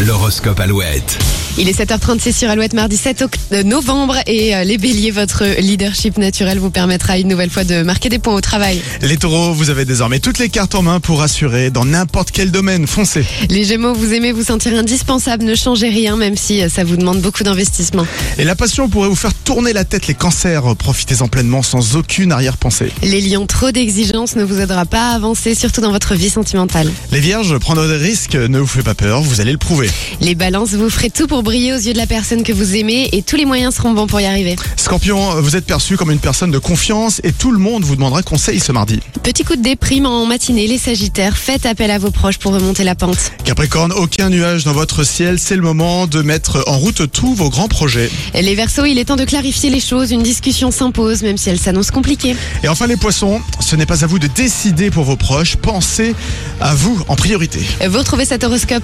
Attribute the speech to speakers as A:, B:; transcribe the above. A: L'horoscope Alouette.
B: Il est 7h36 sur Alouette, mardi 7 oct- novembre. Et euh, les béliers, votre leadership naturel vous permettra une nouvelle fois de marquer des points au travail.
C: Les taureaux, vous avez désormais toutes les cartes en main pour assurer dans n'importe quel domaine. Foncez.
B: Les gémeaux, vous aimez vous sentir indispensable, ne changez rien, même si euh, ça vous demande beaucoup d'investissement.
C: Et la passion pourrait vous faire tourner la tête les cancers. Profitez-en pleinement sans aucune arrière-pensée.
B: Les lions, trop d'exigence ne vous aidera pas à avancer, surtout dans votre vie sentimentale.
C: Les vierges, prendre des risques ne vous fait pas peur, vous allez le prouver.
B: Les balances, vous ferez tout pour briller aux yeux de la personne que vous aimez et tous les moyens seront bons pour y arriver.
C: Scorpion, vous êtes perçu comme une personne de confiance et tout le monde vous demandera conseil ce mardi.
B: Petit coup de déprime en matinée, les sagittaires, faites appel à vos proches pour remonter la pente.
C: Capricorne, aucun nuage dans votre ciel, c'est le moment de mettre en route tous vos grands projets.
B: Les Verseaux, il est temps de clarifier les choses, une discussion s'impose, même si elle s'annonce compliquée.
C: Et enfin les poissons, ce n'est pas à vous de décider pour vos proches, pensez à vous en priorité.
B: Vous retrouvez cet horoscope